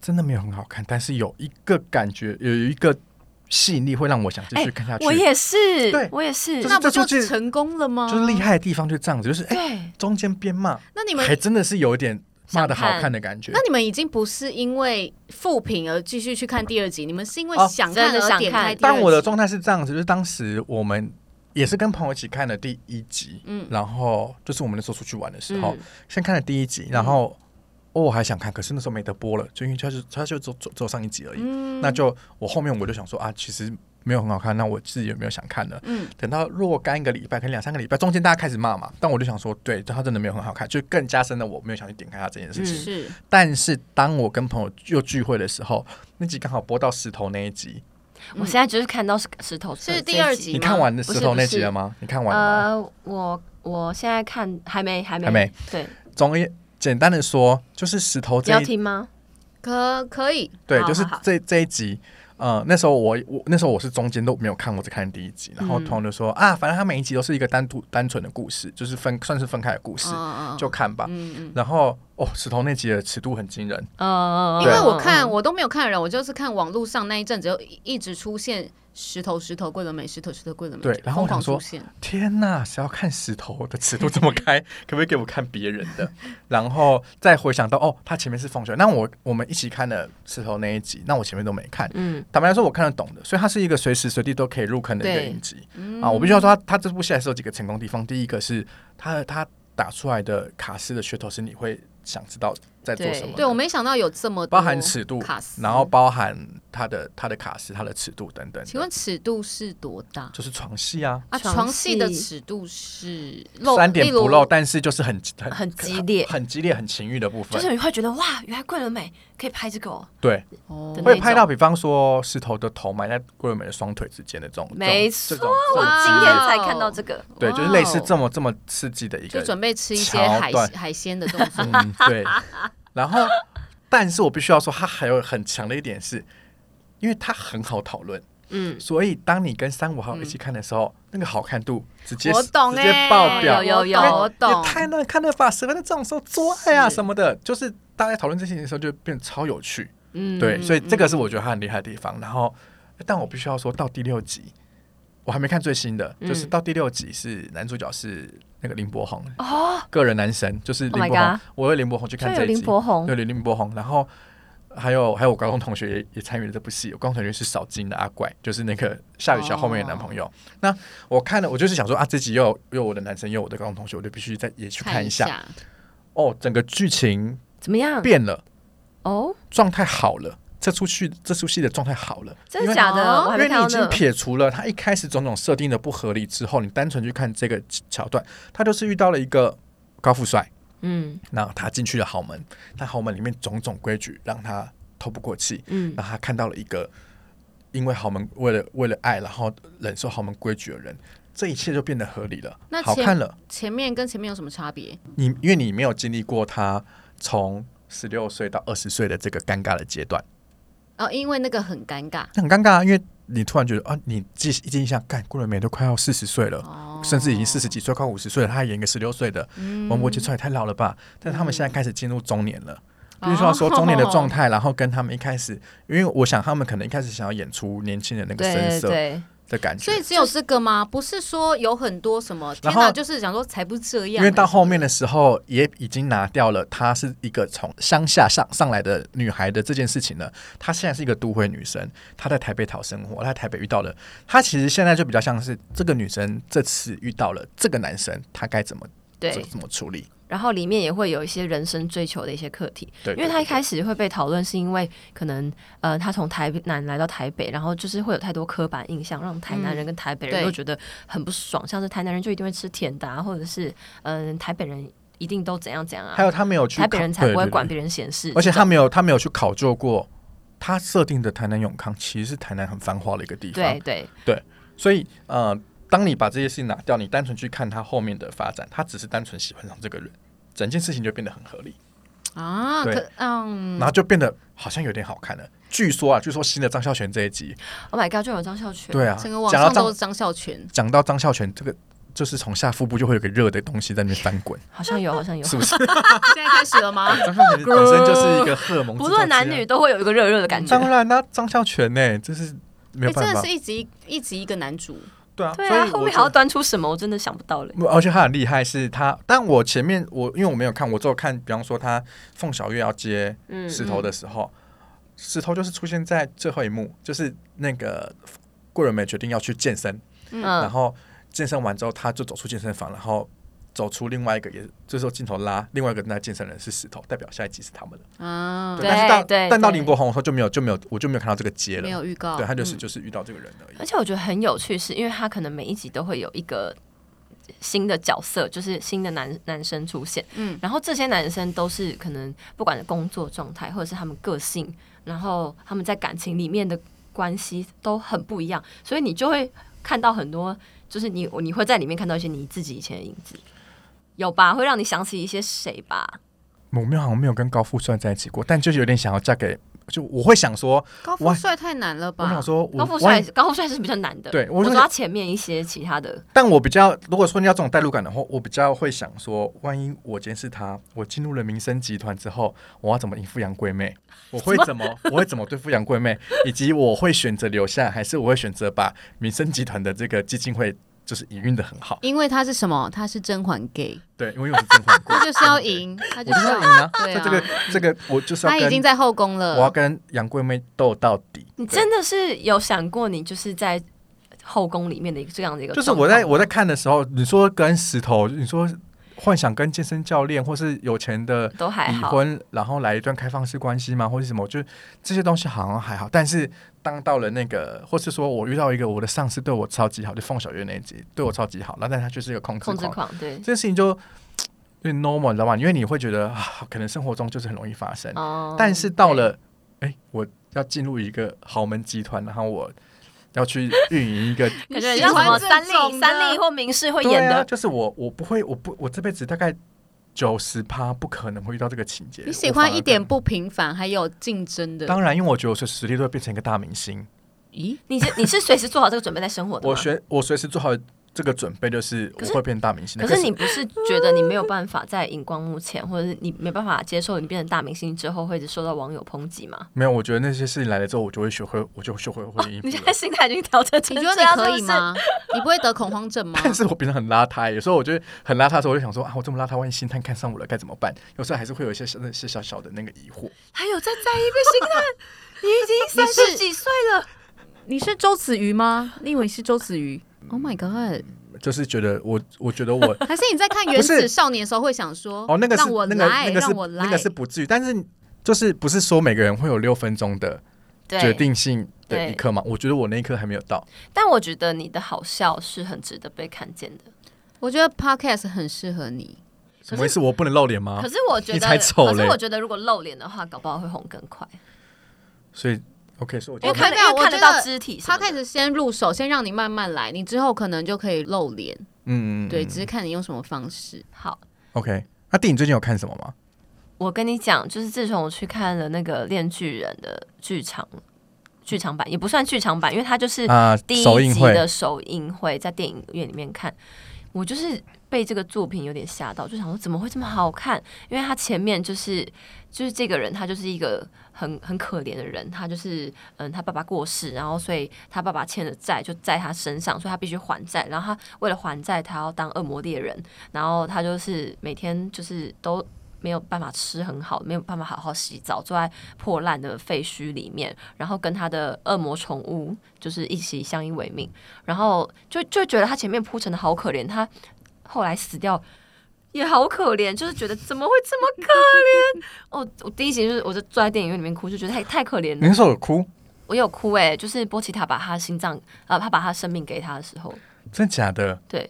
Speaker 1: 真的没有很好看，但是有一个感觉，有一个吸引力会让我想继
Speaker 3: 哎
Speaker 1: 续看下去。
Speaker 4: 我也是
Speaker 1: 对，
Speaker 4: 我也是，
Speaker 1: 就是
Speaker 3: 那不
Speaker 1: 这
Speaker 3: 就
Speaker 1: 出剧
Speaker 3: 成功了吗？
Speaker 1: 就是厉。害的地方就这样子，就是哎、
Speaker 4: 对，
Speaker 1: 中间边骂，
Speaker 3: 那你
Speaker 1: 还
Speaker 3: 们，
Speaker 1: 真的是有一点骂的好
Speaker 4: 想
Speaker 1: 看
Speaker 4: 看
Speaker 1: 的感觉
Speaker 3: 那。你们已经不是因为复评而继续去看第二集，你们是因为
Speaker 1: 哦
Speaker 3: 想
Speaker 4: 真
Speaker 3: 看
Speaker 4: 的
Speaker 3: 而
Speaker 4: 想
Speaker 3: 点
Speaker 4: 看
Speaker 3: 开第二集。
Speaker 1: 但我的状态是这样子，就是当时我们也是跟朋友一起看的第一集，
Speaker 3: 嗯
Speaker 1: 然后就是我们那时候出去玩的时候，
Speaker 4: 嗯
Speaker 1: 先看了第一集，然后、哦我还想看，可是那时候没得播了，就因为它就它就走走走上一集而已，
Speaker 3: 嗯
Speaker 1: 那就我后面我就想说啊，其实没有很好看，那我自己有没有想看的？
Speaker 3: 嗯
Speaker 1: 等到若干个礼拜，可能两三个礼拜，中间大家开始骂嘛，但我就想说，对，它真的没有很好看，就更加深了我没有想去点开它这件事情。
Speaker 4: 嗯
Speaker 3: 是
Speaker 1: 但是当我跟朋友又聚会的时候，那集刚好播到石头那一集，
Speaker 4: 我现在就是看到石石头
Speaker 3: 是
Speaker 4: 这
Speaker 3: 第
Speaker 4: 这一
Speaker 3: 二集
Speaker 1: 嗯你
Speaker 3: 吗
Speaker 1: 看完
Speaker 4: 不
Speaker 1: 石
Speaker 4: 是
Speaker 1: 头
Speaker 4: 不
Speaker 1: 那集
Speaker 4: 是
Speaker 1: 了吗？你看完了吗？
Speaker 4: 呃，我我现在看还没还没
Speaker 1: 还没
Speaker 4: 对，
Speaker 1: 总而言简单的说，就是石头
Speaker 4: 你
Speaker 1: 这
Speaker 4: 要
Speaker 1: 一
Speaker 4: 听吗？
Speaker 3: 可可以，
Speaker 1: 对，
Speaker 4: 好
Speaker 1: 就是
Speaker 4: 好好
Speaker 1: 这这一集。呃，那时候我我那时候我是中间都没有看，我只看了第一集。然后
Speaker 4: 嗯
Speaker 1: 同友就说、啊，反正他每一集都是一个单独单纯的故事，就是分算是分开的故事，
Speaker 4: 哦
Speaker 3: 嗯
Speaker 1: 就看吧。
Speaker 3: 嗯嗯。
Speaker 1: 然后哦，石头那集的尺度很惊人，
Speaker 4: 呃，
Speaker 3: 因为
Speaker 4: 嗯
Speaker 3: 我看
Speaker 4: 嗯
Speaker 3: 我都没有看人，我就是看网络上那一阵子就一一直出现石头石头桂纶镁石头石头桂纶镁，
Speaker 1: 对然后
Speaker 3: 疯
Speaker 1: 我想
Speaker 3: 狂
Speaker 1: 说
Speaker 3: 出现，
Speaker 1: 天呐，谁要看石头的尺度这么
Speaker 3: (laughs)
Speaker 1: 开？可不可以给我看别人的？然后再回想到哦，他前面是凤雪，那我我们一起看了石头那一集，那我前面都没看。
Speaker 4: 嗯
Speaker 1: 坦白来说，我看得懂的，所以它是一个随时随地都可以入坑的一个
Speaker 4: 对
Speaker 1: 影集
Speaker 3: 嗯
Speaker 1: 啊。我必须要说它，它这部戏还是有几个成功地方。第一个是它它打出来的卡斯的噱头是你会想知道在做
Speaker 4: 对
Speaker 1: 什么的，
Speaker 3: 对我没想到有这么多
Speaker 1: 包含尺度
Speaker 3: 卡，斯
Speaker 1: 然后包含它的它的卡斯、它的尺度等等的。
Speaker 3: 请问尺度是多大
Speaker 1: 就是床戏啊，
Speaker 3: 啊？
Speaker 4: 床
Speaker 3: 床戏的
Speaker 4: 戏
Speaker 3: 尺度是
Speaker 1: 三点不露，
Speaker 3: 漏例如
Speaker 1: 但是就是很很
Speaker 4: 很激烈
Speaker 1: 很激烈、很情欲的部分，
Speaker 4: 就是你会觉得哇，原来桂纶镁可以拍这个哦，
Speaker 1: 对，
Speaker 3: 哦
Speaker 4: 的那
Speaker 1: 会
Speaker 4: 种
Speaker 1: 拍到比方说石头的头埋在桂纶镁的双腿之间的这种，
Speaker 4: 没
Speaker 1: 这
Speaker 4: 错
Speaker 1: 种这种这种
Speaker 3: 哇
Speaker 1: 激
Speaker 4: 今
Speaker 1: 烈
Speaker 4: 天
Speaker 1: 的
Speaker 4: 才看到这个，
Speaker 1: 对，就是类似这
Speaker 3: 哇哦
Speaker 1: 么这么刺激的一个
Speaker 3: 就准备吃一些
Speaker 1: 桥
Speaker 3: 海
Speaker 1: 段，
Speaker 3: 海鲜的东西
Speaker 1: 嗯，对。 (laughs) 然后，但是我必须要说，它还有很强的一点是，因为它很好讨论，
Speaker 4: 嗯，
Speaker 1: 所以当你跟三五好友一起看的时候，那个好看度直
Speaker 3: (laughs)
Speaker 1: 接
Speaker 3: 我懂
Speaker 1: 直接
Speaker 3: 哎，
Speaker 1: 爆表。
Speaker 4: 有有有
Speaker 3: 我
Speaker 1: 也
Speaker 3: 懂，
Speaker 1: 太那看那法师那这种时候做爱啊
Speaker 3: 是
Speaker 1: 什么的，就是大家讨论这些的时候就变得超有趣。
Speaker 3: 嗯
Speaker 1: 对，所以这个是我觉得他很厉害的地方。然后，但我必须要说到第六集，我还没看最新的，
Speaker 4: 嗯
Speaker 1: 就是到第六集是男主角是那个林柏宏，
Speaker 4: 哦，
Speaker 1: 个人男神，就是林
Speaker 4: Oh my
Speaker 1: 柏宏
Speaker 4: god。
Speaker 1: 我有林柏宏去
Speaker 4: 就
Speaker 1: 看
Speaker 4: 有
Speaker 1: 这一
Speaker 4: 林
Speaker 1: 集，
Speaker 4: 柏宏
Speaker 1: 对，有林柏宏。然后还有还有我高中同学也也参与了这部戏，我高中同学是少金的阿怪，就是那个夏雨乔后面的男朋
Speaker 4: 哦
Speaker 1: 友。那我看了，我就是想说啊，这集又有又有我的男神，又有我的高中同学，我就必须再也去看
Speaker 3: 一
Speaker 1: 一下。哦，整个剧情
Speaker 4: 怎么样？
Speaker 1: 变了，
Speaker 4: 哦，
Speaker 1: 状态好了，这出戏这出戏的状态好了，
Speaker 4: 真的假的？
Speaker 3: 哦
Speaker 4: 我还
Speaker 1: 因为
Speaker 4: 没
Speaker 1: 你
Speaker 4: 看
Speaker 1: 已
Speaker 4: 到
Speaker 1: 经
Speaker 4: 呢。
Speaker 1: 撇除了他一开始种种设定的不合理之后，你单纯去看这个桥段，他就是遇到了一个高富帅，
Speaker 4: 嗯
Speaker 1: 那他进去了豪门，那豪门里面种种规矩让他透不过气，
Speaker 4: 嗯
Speaker 1: 然后他看到了一个因为豪门为了为了爱，然后忍受豪门规矩的人，这一切就变得合理了，
Speaker 3: 那
Speaker 1: 好
Speaker 3: 前
Speaker 1: 看了。
Speaker 3: 前面跟前面有什么差别？
Speaker 1: 你因为你没有经历过他从十六岁到二十岁的这个尴尬的阶段，
Speaker 3: 哦，因为那个很尴尬，
Speaker 1: 那很尴尬啊，因为你突然觉得啊，你记一印象，干顾纶镁都快要四十岁了。
Speaker 3: 哦，
Speaker 1: 甚至已经四十几岁，快五十岁了，他还演一个十六岁的王伯杰，出来太老了吧？但是他们现在开始进入中年了，
Speaker 3: 嗯
Speaker 1: 必须要说中年的状
Speaker 3: 哦
Speaker 1: 态，然后跟他们一开始，因为我想他们可能一开始想要演出年轻人那个
Speaker 4: 对
Speaker 1: 声
Speaker 4: 对
Speaker 1: 色
Speaker 4: 对，
Speaker 1: 的感觉
Speaker 3: 所以，只有这个吗？不是说有很多什么？天
Speaker 1: 然后
Speaker 3: 哪，就是想说才不这样欸。
Speaker 1: 因为到后面的时候也已经拿掉了，她是一个从乡下上上来的女孩的这件事情了。她现在是一个都会女生，她在台北讨生活，她在台北遇到了，她其实现在就比较像是这个女生这次遇到了这个男生，她该怎么怎
Speaker 4: 对
Speaker 1: 怎么处理？
Speaker 4: 然后里面也会有一些人生追求的一些课题，
Speaker 1: 对，
Speaker 4: 因为他一
Speaker 1: 对
Speaker 4: 开始会被讨论，是因为可能呃，他从台南来到台北，然后就是会有太多刻板印象，让台南人跟台北人
Speaker 3: 对
Speaker 4: 都觉得很不爽，像是台南人就一定会吃甜的、啊，或者是嗯、台北人一定都怎样怎样
Speaker 1: 对还
Speaker 4: 啊，
Speaker 1: 有他没有去
Speaker 4: 台北
Speaker 1: 考
Speaker 4: 人才不会
Speaker 1: 对对
Speaker 4: 管
Speaker 1: 对
Speaker 4: 别人闲事，
Speaker 1: 而且
Speaker 4: 这
Speaker 1: 他
Speaker 4: 种
Speaker 1: 没有他没有去考究过，他设定的台南永康其实是台南很繁华的一个地方，
Speaker 4: 对对
Speaker 1: 所以呃，当你把这些事情拿掉，你单纯去看他后面的发展，他只是单纯喜欢上这个人，整件事情就变得很合理，
Speaker 3: 啊，
Speaker 1: 对
Speaker 3: 可嗯
Speaker 1: 然后就变得好像有点好看了。据说啊，据说新的张孝全这一集，
Speaker 4: ，Oh my god，就有张孝全，
Speaker 1: 对啊，
Speaker 3: 整个网
Speaker 1: 讲到
Speaker 3: 上都
Speaker 1: 张
Speaker 3: 是张孝全，
Speaker 1: 讲到张孝全这个，就是从下腹部就会有个热的东西在那边翻滚，
Speaker 4: 好像有，好像有，
Speaker 1: 是不是？
Speaker 3: 现在开始了吗？
Speaker 1: 张孝全本身就是一个荷尔蒙，
Speaker 4: 不论男女，都会有一个热热的感觉
Speaker 1: 当。然啦、嗯张孝全呢、这是 (laughs) 没
Speaker 3: 哎，
Speaker 1: 有
Speaker 3: 真
Speaker 1: 办
Speaker 3: 的
Speaker 1: 法，
Speaker 3: 是一集一集一个男主，
Speaker 1: 对啊，
Speaker 4: 对
Speaker 1: 所以
Speaker 4: 啊，
Speaker 1: 我
Speaker 4: 后面
Speaker 1: 觉
Speaker 4: 还要
Speaker 1: 得
Speaker 4: 端出什么，我真的想不到嘞。
Speaker 1: 不而且他很厉害，是他。但我前面我因为我没有看，我只有看，比方说他凤小月要接
Speaker 4: 嗯
Speaker 1: 石头的时候，石头就是出现在最后一幕，就是那个桂纶镁决定要去健身，然
Speaker 4: 嗯，
Speaker 1: 后健身完之后，他就走出健身房，然后走出另外一个，也这时候镜头拉另外一个那健身人是石头，代表下一集是他们的。
Speaker 3: 啊，
Speaker 4: 对
Speaker 1: 但是到
Speaker 4: 嗯对
Speaker 1: 但到
Speaker 4: 对
Speaker 1: 林柏宏后就没有就没有我就没有看到这个接
Speaker 3: 没
Speaker 1: 了，
Speaker 3: 有预告，
Speaker 1: 对他就是
Speaker 3: 嗯
Speaker 1: 就是遇到这个人而已。
Speaker 4: 而且我觉得很有趣是，因为他可能每一集都会有一个新的角色，就是新的男男生出现，
Speaker 3: 嗯
Speaker 4: 嗯，然后这些男生都是可能不管工作状态，或者是他们个性，然后他们在感情里面的关系都很不一样，所以你就会看到很多，就是你你会在里面看到一些你自己以前的影子，有吧？会让你想起一些谁吧？
Speaker 1: 我没有好像没有跟高富帅在一起过，但就是有点想要嫁给，就我会想说，
Speaker 3: 高富
Speaker 1: 我
Speaker 3: 帅太难了吧？
Speaker 1: 我想说我
Speaker 4: 高富
Speaker 1: 万
Speaker 4: 帅
Speaker 1: 一，
Speaker 4: 高富帅是比较难的，
Speaker 1: 对我
Speaker 4: 我
Speaker 1: 就
Speaker 4: 说
Speaker 1: 想
Speaker 4: 他前面一些其他的，
Speaker 1: 但我比较，如果说你要这种代入感的话，我比较会想说，万一我今天是他，我进入了民生集团之后，我要怎么应付杨贵妹？我会怎么？我会怎么对付杨贵妹？以及我会选择留下，还是我会选择把民生集团的这个基金会就是营运的很好？
Speaker 3: 因为他是什么？他是甄嬛 gay，
Speaker 1: 对，因为我是真皇
Speaker 3: 他
Speaker 1: 贵，
Speaker 3: 就是要
Speaker 1: (laughs)
Speaker 3: 赢，他
Speaker 1: 我
Speaker 3: 就
Speaker 1: 就是是
Speaker 3: 要
Speaker 1: 要赢啊！
Speaker 3: 对
Speaker 1: 在
Speaker 3: 啊
Speaker 1: 这个这个，我就是
Speaker 3: 他
Speaker 1: 要
Speaker 3: 已经
Speaker 1: 跟
Speaker 3: 在后宫
Speaker 1: 我要
Speaker 3: 了。
Speaker 1: 跟杨贵妹斗到底。
Speaker 4: 你
Speaker 1: 对
Speaker 4: 真的是有想过，你就是在后宫里面的一个这样的一个
Speaker 1: 就是
Speaker 4: 状况吗，
Speaker 1: 我在我在看的时候，你说跟石头，你说幻想跟健身教练或是有钱的
Speaker 4: 都还
Speaker 1: 离
Speaker 4: 好，
Speaker 1: 婚，然后来一段开放式关系吗，或是什么？就是这些东西好像还好，但是当到了那个，或是说我遇到一个我的上司对我超级好，就凤小月那一集对我超级好，然后但他就是一个控制
Speaker 4: 控
Speaker 1: 狂，
Speaker 4: 制狂，对
Speaker 1: 这，件事情就有点 normal，你知道吗？因为你会觉得啊，可能生活中就是很容易发生，
Speaker 4: 哦
Speaker 1: 但是到了哎、我要进入一个豪门集团，然后我要去运营一个
Speaker 4: 感觉
Speaker 3: 你
Speaker 4: 很像
Speaker 3: 喜
Speaker 4: 什
Speaker 3: 欢
Speaker 4: 么
Speaker 3: 这
Speaker 4: 三
Speaker 3: 种
Speaker 4: 立、
Speaker 3: 的
Speaker 4: 三立或明视 (laughs) 会
Speaker 1: 对
Speaker 4: 演
Speaker 1: 啊、
Speaker 4: 的，
Speaker 1: 就是我我不会，我不我这辈子大概九十趴不可能会遇到这个情节。
Speaker 3: 你喜
Speaker 1: 我反
Speaker 3: 欢
Speaker 1: 而
Speaker 3: 一点
Speaker 1: 更？
Speaker 3: 不平凡，还有竞争的？
Speaker 1: 当然，因为我觉得我随时随地都会变成一个大明星。
Speaker 3: 咦，
Speaker 4: 你是你是随时做好这个准备在生活的吗
Speaker 1: 我学我随时做好这个准备，就是我
Speaker 4: 啊可是
Speaker 1: 会变大明星的。
Speaker 4: 可是你不是觉得你没有办法在荧光幕前，或者是你没办法接受你变成大明星之后会一直受到网友抨击吗？
Speaker 1: 没有，我觉得那些事情来了之后，我就会学会，我就学会会应付
Speaker 4: 哦你
Speaker 1: 了
Speaker 4: 现在心态已经调整成
Speaker 3: 你觉得
Speaker 4: 这
Speaker 3: 你
Speaker 4: 样，
Speaker 3: 可以
Speaker 4: 是不是？
Speaker 3: 吗？你不会得恐慌症吗？
Speaker 1: (laughs) 但是我平常很邋遢，有时候我觉得很邋遢的时候，我就想说啊，我这么邋遢，万一星探看上我了该怎么办？有时候还是会有一些小、那些小小的那个疑惑。
Speaker 4: 还有在在意被心态， (laughs) 你已经三
Speaker 3: 你是
Speaker 4: 十几岁了，
Speaker 3: 你是周子瑜吗？你以为你是周子瑜？Oh
Speaker 1: 嗯
Speaker 3: my god！
Speaker 1: 就是觉得我，我觉得
Speaker 4: (laughs)
Speaker 1: 我
Speaker 3: 还是你在看《原
Speaker 1: 不
Speaker 3: 子
Speaker 1: 是
Speaker 3: 少年》的时候会想说，
Speaker 1: 哦，那个是
Speaker 3: 让我
Speaker 1: 那个
Speaker 3: 来，
Speaker 1: 那个是
Speaker 3: 让我来，
Speaker 1: 那个是不至于，但是就是不是说每个人会有六分钟的
Speaker 4: 对
Speaker 1: 决定性的
Speaker 4: 对
Speaker 1: 一刻嘛？我觉得我那一刻还没有到。
Speaker 4: 但我觉得你的好笑是很值得被看见的。
Speaker 3: 我觉得 podcast 很适合你。
Speaker 1: 什么意思？我不能露脸吗
Speaker 4: 可？是我觉
Speaker 1: 哦你
Speaker 4: 得，
Speaker 1: 才丑
Speaker 4: 可是
Speaker 1: 嘞
Speaker 4: 我觉得如果露脸的话，搞不好会红更快，
Speaker 1: 所以 OK，所以我
Speaker 4: 因为
Speaker 1: 就
Speaker 4: 看
Speaker 3: 没
Speaker 4: 得
Speaker 3: 有
Speaker 4: 因为
Speaker 3: 啊
Speaker 4: 看
Speaker 3: 我觉
Speaker 4: 得
Speaker 3: 得
Speaker 4: 到肢体什么的。
Speaker 3: podcast 先入手，先让你慢慢来，你之后可能就可以露脸。
Speaker 1: 嗯嗯嗯
Speaker 3: 对，只是看你用什么方式。
Speaker 4: 好，
Speaker 1: OK，那弟你最近有看什么吗？
Speaker 4: 我跟你讲，就是自从我去看了那个《恋巨人》的剧场剧场版，也不算剧场版，因为它就是
Speaker 1: 啊，
Speaker 4: 第
Speaker 1: 首
Speaker 4: 一
Speaker 1: 映
Speaker 4: 集
Speaker 1: 会
Speaker 4: 的首映会，在电影院里面看，我就是被这个作品有点吓到，就想说怎么会这么好看？因为他前面就是就是这个人，他就是一个很很可怜的人，他就是嗯，他爸爸过世，然后所以他爸爸欠的债就在他身上，所以他必须还债。然后他为了还债，他要当恶魔猎人，然后他就是每天就是都。没有办法吃很好，没有办法好好洗澡，坐在破烂的废墟里面，然后跟他的恶魔宠物就是一起相依为命，然后就就觉得他前面铺陈的好可怜，他后来死掉也好可怜，就是觉得怎么会这么可怜？哦，我第一集就是我就坐在电影院里面哭，就觉得太太可怜
Speaker 1: 你 (laughs)
Speaker 4: 了。
Speaker 1: 那时候有哭，
Speaker 4: 我有哭哎、就是波奇塔把他心脏呃，他把他生命给他的时候，
Speaker 1: 真假的？
Speaker 4: 对，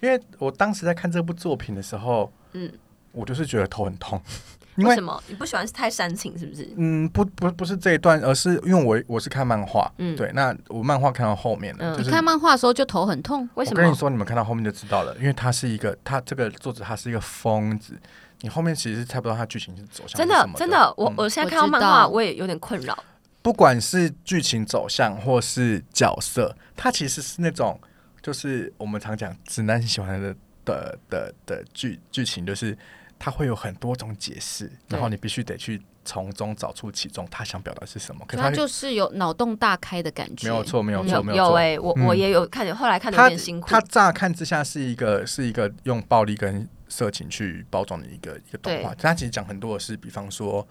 Speaker 1: 因为我当时在看这部作品的时候，
Speaker 4: 嗯，
Speaker 1: 我就是觉得头很痛， (laughs) 因
Speaker 4: 为
Speaker 1: 为
Speaker 4: 什么你不喜欢太煽情是不是？
Speaker 1: 嗯，不不不是这一段，而是因为我我是看漫画，
Speaker 4: 嗯
Speaker 1: 对，那我漫画看到后面了，
Speaker 4: 嗯
Speaker 1: 就是
Speaker 3: 看漫画的时候就头很痛，
Speaker 4: 为什
Speaker 1: 我跟你
Speaker 4: 么？
Speaker 1: 说，你们看到后面就知道了，因为他是一个，他这个作者他是一个疯子，你后面其实猜不到他剧情是走向
Speaker 4: 真
Speaker 1: 是什
Speaker 4: 的
Speaker 1: 么的
Speaker 4: 真的，我、
Speaker 1: 嗯
Speaker 4: 我现在
Speaker 3: 我
Speaker 4: 看到
Speaker 3: 知
Speaker 4: 漫画
Speaker 3: 道
Speaker 4: 我也有点困扰，
Speaker 1: 不管是剧情走向或是角色，他其实是那种就是我们常讲直男喜欢的的的的剧剧情，就是它会有很多种解释，然后
Speaker 4: 对
Speaker 1: 你必须得去从中找出其中他想表达是什么。可
Speaker 3: 所以
Speaker 1: 他
Speaker 3: 它就是有脑洞大开的感觉。
Speaker 1: 没有，错，哦没有错，
Speaker 4: 啊有
Speaker 1: 没
Speaker 4: 有
Speaker 1: 错。
Speaker 4: 哎、我、我
Speaker 1: 嗯
Speaker 4: 也有看，后来看的有
Speaker 1: 他
Speaker 4: 点辛苦
Speaker 1: 他。乍看之下是一个是一个用暴力跟色情去包装的一个一个动画，他其实讲很多的是，比方说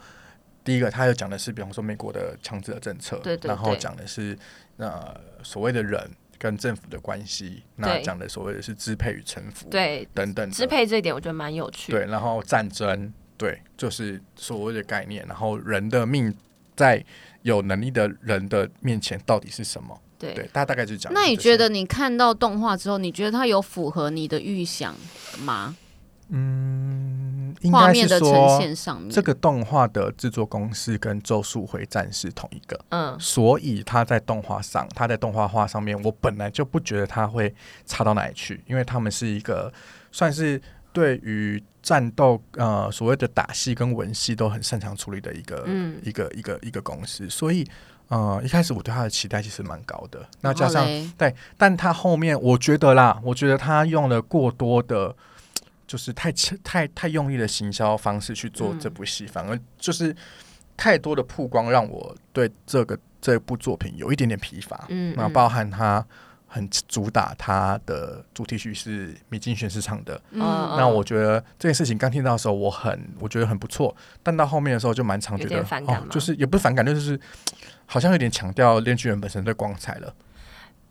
Speaker 1: 第一个，他有讲的是，比方说美国的强制的政策，
Speaker 4: 对对
Speaker 1: 然后
Speaker 4: 对
Speaker 1: 讲的是呃所谓的人跟政府的关系，那
Speaker 4: 对
Speaker 1: 讲的所谓的是支配与臣服，，
Speaker 4: 对
Speaker 1: 等等的
Speaker 4: 支配这一点，我觉得蛮有趣。
Speaker 1: 嗯对，然后战争，对，就是所谓的概念，然后人的命在有能力的人的面前到底是什么？
Speaker 4: 对
Speaker 1: 对，他大概就讲的
Speaker 3: 那
Speaker 1: 是
Speaker 3: 你
Speaker 1: 这些。
Speaker 3: 觉得你看到动画之后，你觉得它有符合你的预想吗？
Speaker 1: 应
Speaker 3: 画
Speaker 1: 该
Speaker 3: 面
Speaker 1: 是
Speaker 3: 的呈
Speaker 1: 说
Speaker 3: 现上面，
Speaker 1: 这个动画的制作公司跟《咒术回战》是同一个，
Speaker 4: 嗯，
Speaker 1: 所以他在动画上，他在动画化上面，我本来就不觉得他会差到哪里去，因为他们是一个算是对于战斗呃所谓的打戏跟文戏都很擅长处理的一个、
Speaker 4: 嗯
Speaker 1: 一个一个一个公司，所以呃一开始我对他的期待其实蛮高的，那
Speaker 3: 然后
Speaker 1: 加上
Speaker 3: 嘞
Speaker 1: 对，但他后面我觉得啦，我觉得他用了过多的，就是太强太太用力的行销方式去做
Speaker 4: 嗯
Speaker 1: 这部戏，反而就是太多的曝光让我对这个这部作品有一点点疲乏。
Speaker 4: 嗯
Speaker 1: 那
Speaker 4: 嗯
Speaker 1: 包含他很主打他的主题曲是米津玄师唱的，
Speaker 4: 嗯
Speaker 1: 那我觉得这件事情刚听到的时候，我很我觉得很不错，但到后面的时候就蛮常觉
Speaker 4: 有
Speaker 1: 得
Speaker 4: 点反感
Speaker 1: 哦
Speaker 4: 吗，
Speaker 1: 就是也不是反感，就是好像有点强调恋巨人本身的光彩了。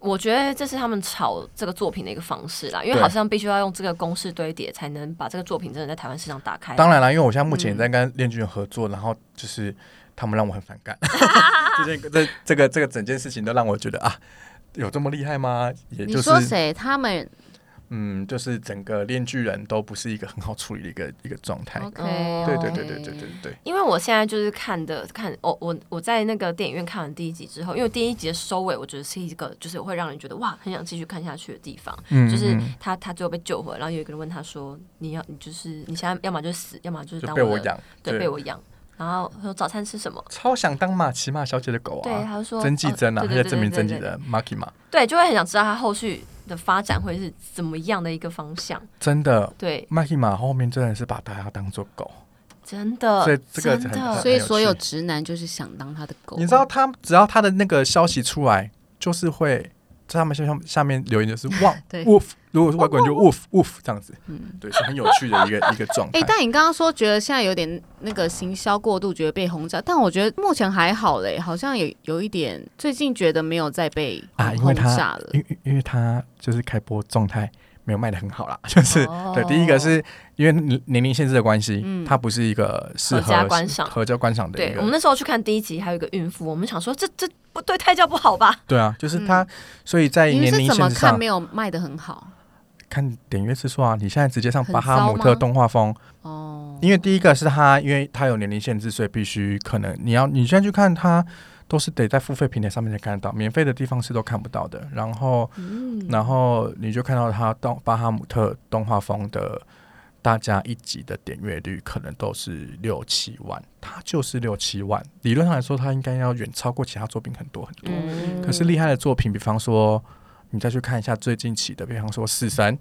Speaker 4: 我觉得这是他们炒这个作品的一个方式啦，因为
Speaker 1: 对
Speaker 4: 好像必须要用这个公式堆叠，才能把这个作品真的在台湾市场打开。
Speaker 1: 当然啦，因为我现在目前也在
Speaker 4: 嗯
Speaker 1: 跟恋巨人合作，然后就是他们让我很反
Speaker 4: (laughs)
Speaker 1: 感，这件这这个这个整件事情都让我觉得啊，有这么厉害吗？也
Speaker 3: 你
Speaker 1: 就是
Speaker 3: 说谁？他们
Speaker 1: 嗯，就是整个恋巨人都不是一个很好处理的一个一个状态。
Speaker 3: OK，
Speaker 4: 哦
Speaker 1: 对对对对对对对，
Speaker 4: 因为我现在就是看的看，我、我我在那个电影院看完第一集之后，因为第一集的收尾，我觉得是一个就是会让人觉得哇，很想继续看下去的地方。
Speaker 1: 嗯
Speaker 4: 就是
Speaker 1: 嗯
Speaker 4: 他他最后被救回来，然后有一个人问他说：“你要你就是你现在要么就死，要么就是
Speaker 1: 就
Speaker 4: 当
Speaker 1: 被我
Speaker 4: 的
Speaker 1: 养，
Speaker 4: 对被我养。”然后他说早餐吃什么？
Speaker 1: 超想当马奇马小姐的狗
Speaker 4: 对，
Speaker 1: 啊，
Speaker 4: 他就说
Speaker 1: 曾纪珍啊，
Speaker 4: 哦
Speaker 1: 他在
Speaker 4: 对对
Speaker 1: 证明
Speaker 4: 对对
Speaker 1: 曾纪
Speaker 4: 对
Speaker 1: 珍 Marky 嘛，
Speaker 4: 对，就会很想知道他后续的发展会是怎么样的一个方向。
Speaker 1: 真的
Speaker 4: 对，
Speaker 1: Marky 马后面真的是把大家当做狗，
Speaker 4: 真的，
Speaker 1: 所以这个
Speaker 4: 真
Speaker 1: 很
Speaker 4: 的
Speaker 3: 所以
Speaker 1: 很有
Speaker 3: 所嗯有
Speaker 1: 趣
Speaker 3: 直男就是想当他的狗，
Speaker 1: 你知道他只要他的那个消息出来，就是会在他们下下下面留言就是 “wow
Speaker 3: (laughs) 对哦
Speaker 1: woof”，如果是外国人就 “woof woof” 这样子，
Speaker 3: 嗯
Speaker 1: 对，是很有趣的一个一个状态
Speaker 3: 哎、。但你刚刚说觉得现在有点那个行销过度，觉得被轰炸，但我觉得目前还好嘞，好像有有一点，最近觉得没有再被
Speaker 1: 啊因为
Speaker 3: 轰
Speaker 1: 他
Speaker 3: 炸了。
Speaker 1: 因因因为他就是开播状态没有卖的很
Speaker 3: (laughs)
Speaker 1: 好啦，就是、
Speaker 4: 哦
Speaker 1: 对，第一个是因为年年龄限制的关系，
Speaker 3: 嗯
Speaker 1: 它不是一个适合
Speaker 4: 合家观赏
Speaker 1: 合家观赏的一
Speaker 4: 对我们
Speaker 1: 个，
Speaker 4: 那时候去看第一集，还有一个孕妇，我们想说这这不对胎教不好吧？
Speaker 1: 对啊，就是他，所以在
Speaker 3: 你们
Speaker 1: 年
Speaker 3: 嗯是
Speaker 1: 龄
Speaker 3: 怎
Speaker 1: 限
Speaker 3: 么
Speaker 1: 制
Speaker 3: 看
Speaker 1: 上
Speaker 3: 没有卖的很好？
Speaker 1: 看点阅次数啊，你现在直接上
Speaker 3: 很
Speaker 1: 巴哈
Speaker 3: 糟
Speaker 1: 姆特
Speaker 3: 吗
Speaker 1: 动画风，
Speaker 3: 哦，
Speaker 1: 因为第一个是他，因为他有年龄限制，所以必须可能你要你现在去看他，都是得在付费平台上面才看得到，免费的地方是都看不到的。然后，
Speaker 3: 嗯，
Speaker 1: 然后你就看到他动巴哈姆特动画风的，大家一集的点阅率可能都是六七万，他就是六七万，理论上来说，他应该要远超过其他作品很多很多。
Speaker 4: 嗯
Speaker 1: 可是厉害的作品，比方说你再去看一下最近期的，比方说《四三》，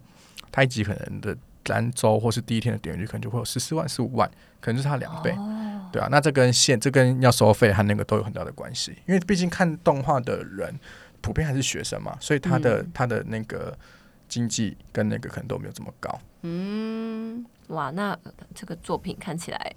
Speaker 1: 它一集可能的单周或是第一天的点击率可能就会有十四万、十五万，可能就是它两倍，
Speaker 4: 哦
Speaker 1: 对啊。那这跟现这跟要收费和那个都有很大的关系，因为毕竟看动画的人普遍还是学生嘛，所以他的、
Speaker 4: 嗯
Speaker 1: 他的那个经济跟那个可能都没有这么高。
Speaker 3: 嗯，
Speaker 4: 哇，那这个作品看起来，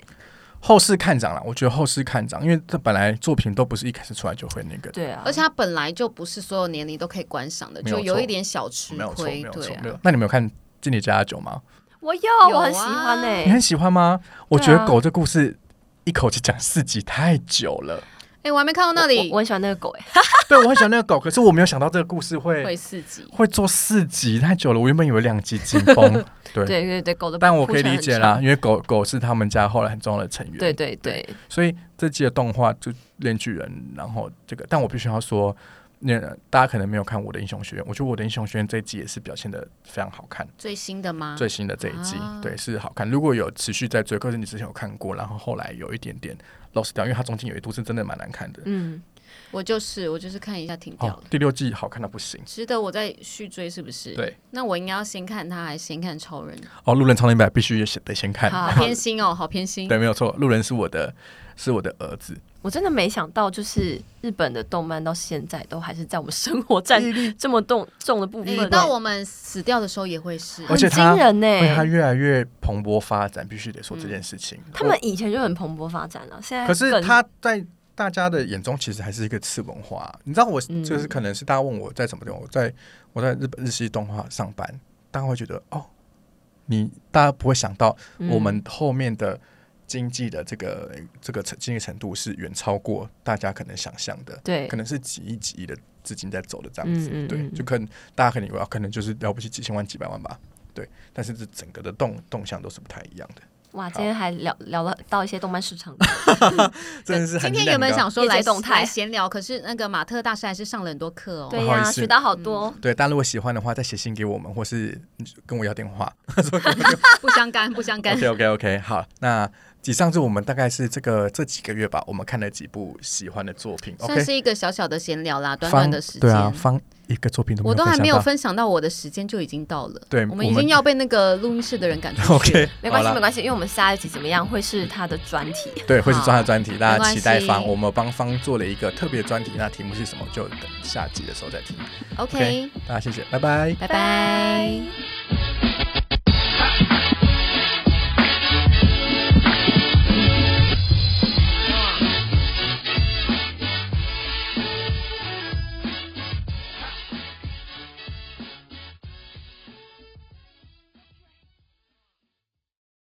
Speaker 1: 后市看涨了，我觉得后市看涨，因为这本来作品都不是一开始出来就会那个的，
Speaker 4: 对啊，
Speaker 3: 而且它本来就不是所有年龄都可以观赏的，
Speaker 1: 没有
Speaker 3: 就
Speaker 1: 错
Speaker 3: 有一点小吃
Speaker 1: 没有错，没
Speaker 3: 亏，
Speaker 1: 有
Speaker 3: 对
Speaker 1: 错，
Speaker 3: 啊
Speaker 1: 没。有。那你们有看《经理家的酒》吗？
Speaker 4: 我有，
Speaker 3: 有
Speaker 4: 我很喜欢
Speaker 3: 啊
Speaker 4: 哎、
Speaker 1: 你很喜欢吗？我觉
Speaker 4: 对
Speaker 1: 得
Speaker 4: 啊
Speaker 1: 狗这故事一口气讲四集太久了。 (laughs)
Speaker 3: 哎，我还没看到那里
Speaker 4: 我我，很喜欢那个狗哎、
Speaker 1: 对，我很喜欢那个狗，可是我没有想到这个故事
Speaker 3: 会
Speaker 1: 会
Speaker 3: 四集。
Speaker 1: 会做四集，太久了。我原本以为两集紧
Speaker 4: (laughs)
Speaker 1: 绷，对。
Speaker 4: 对对对，狗的，
Speaker 1: 但我可以理解啦，。因为狗狗是他们家后来很重要的成员。
Speaker 4: 对对对，
Speaker 1: 所以这季的动画就《炼巨人》，然后这个，但我必须要说，那大家可能没有看《我的英雄学院》，我觉得《我的英雄学院》这一季也是表现的非常好看，
Speaker 3: 最新的吗？
Speaker 1: 最新的这一季，
Speaker 3: 啊
Speaker 1: 对，是好看。如果有持续在追，可是你之前有看过，然后后来有一点点 lost 掉，因为它中间有一度是真的蛮难看的。
Speaker 4: 嗯，
Speaker 3: 我就是我就是看一下停掉
Speaker 1: 哦
Speaker 3: 了，，
Speaker 1: 第六季好看到不行。
Speaker 3: 值得我再续追是不是？
Speaker 1: 对，
Speaker 3: 那我应该要先看他，还是先看超
Speaker 1: (laughs)
Speaker 3: 人？
Speaker 1: 哦，路人超人版必须也是得先看。
Speaker 4: 好
Speaker 3: 好偏心哦，好偏心。
Speaker 1: 对，没有错，路人是我的，是我的儿子。
Speaker 4: 我真的没想到，就是日本的动漫到现在都还是在我们生活占
Speaker 1: 毅力
Speaker 4: 这么重重的部分
Speaker 3: 你，到我们死掉的时候也会是。
Speaker 1: 而且
Speaker 4: 很
Speaker 1: 它
Speaker 4: 惊人呢、
Speaker 1: 因为它越来越蓬勃发展，必须得说这件事情。
Speaker 4: 嗯他们以前就很蓬勃发展了，啊现在
Speaker 1: 可是
Speaker 4: 更
Speaker 1: 他在大家的眼中其实还是一个次文化、你知道我
Speaker 4: 嗯
Speaker 1: 就是可能是大家问我在什么地方，我在我在日本日系动画上班，大家会觉得哦，你大家不会想到
Speaker 4: 嗯
Speaker 1: 我们后面的经济的这个、这个成经济程度是远超过大家可能想象的，
Speaker 4: 对
Speaker 1: 可能是几亿几亿的资金在走的这样子，
Speaker 4: 嗯嗯
Speaker 1: 对，
Speaker 4: 嗯
Speaker 1: 就可能大家可能以为啊可能就是了不起几千万几百万吧。对，但是这整个的动动向都是不太一样的，
Speaker 4: 哇，
Speaker 1: 好
Speaker 4: 今天还聊聊了到一些动漫市场的，
Speaker 1: 真的是
Speaker 3: 今
Speaker 1: 含
Speaker 3: 天
Speaker 1: 金
Speaker 3: 原
Speaker 1: 量
Speaker 3: 本
Speaker 1: 高
Speaker 3: 想说来
Speaker 4: 业界动态
Speaker 3: 来闲聊，可是那个马特大师还是上了很多课哦。
Speaker 4: 对
Speaker 1: 不好
Speaker 4: 呀、
Speaker 1: 意思
Speaker 4: 学到好多。
Speaker 1: 对，大家如果喜欢的话，再写信给我们，或是跟我要
Speaker 3: (laughs)
Speaker 1: 电话。
Speaker 3: 不相干，不相干
Speaker 1: OK。OK OK，好，那以上是我们大概是这个这几个月吧，我们看了几部喜欢的作品。
Speaker 3: 算
Speaker 1: (laughs) OK，
Speaker 3: 是一个小小的闲聊啦，短
Speaker 1: 方
Speaker 3: 短的时
Speaker 1: 对啊，
Speaker 3: 间，
Speaker 1: 方一个作品都没有
Speaker 3: 我都还没有
Speaker 1: 分
Speaker 3: 分享到我的时间就已经到了，
Speaker 1: 对
Speaker 3: 我们
Speaker 1: 我
Speaker 3: 已
Speaker 1: 们
Speaker 3: 经要被那个录音室的人赶
Speaker 1: 享到。
Speaker 3: 出去
Speaker 1: (laughs) (laughs) OK，
Speaker 3: 了。
Speaker 4: 没关系，没关
Speaker 1: 系。
Speaker 4: 系，因为我们下一集怎么样会是他的专题，
Speaker 1: 对，会是专的专题，大
Speaker 3: 没
Speaker 1: 家
Speaker 3: 关
Speaker 1: 期待
Speaker 3: 系
Speaker 1: 方，我们帮方做了一个特别专题，那题目是什么，就等下集的时候再听。
Speaker 3: OK，
Speaker 1: 大家谢谢，拜拜。
Speaker 3: 拜拜。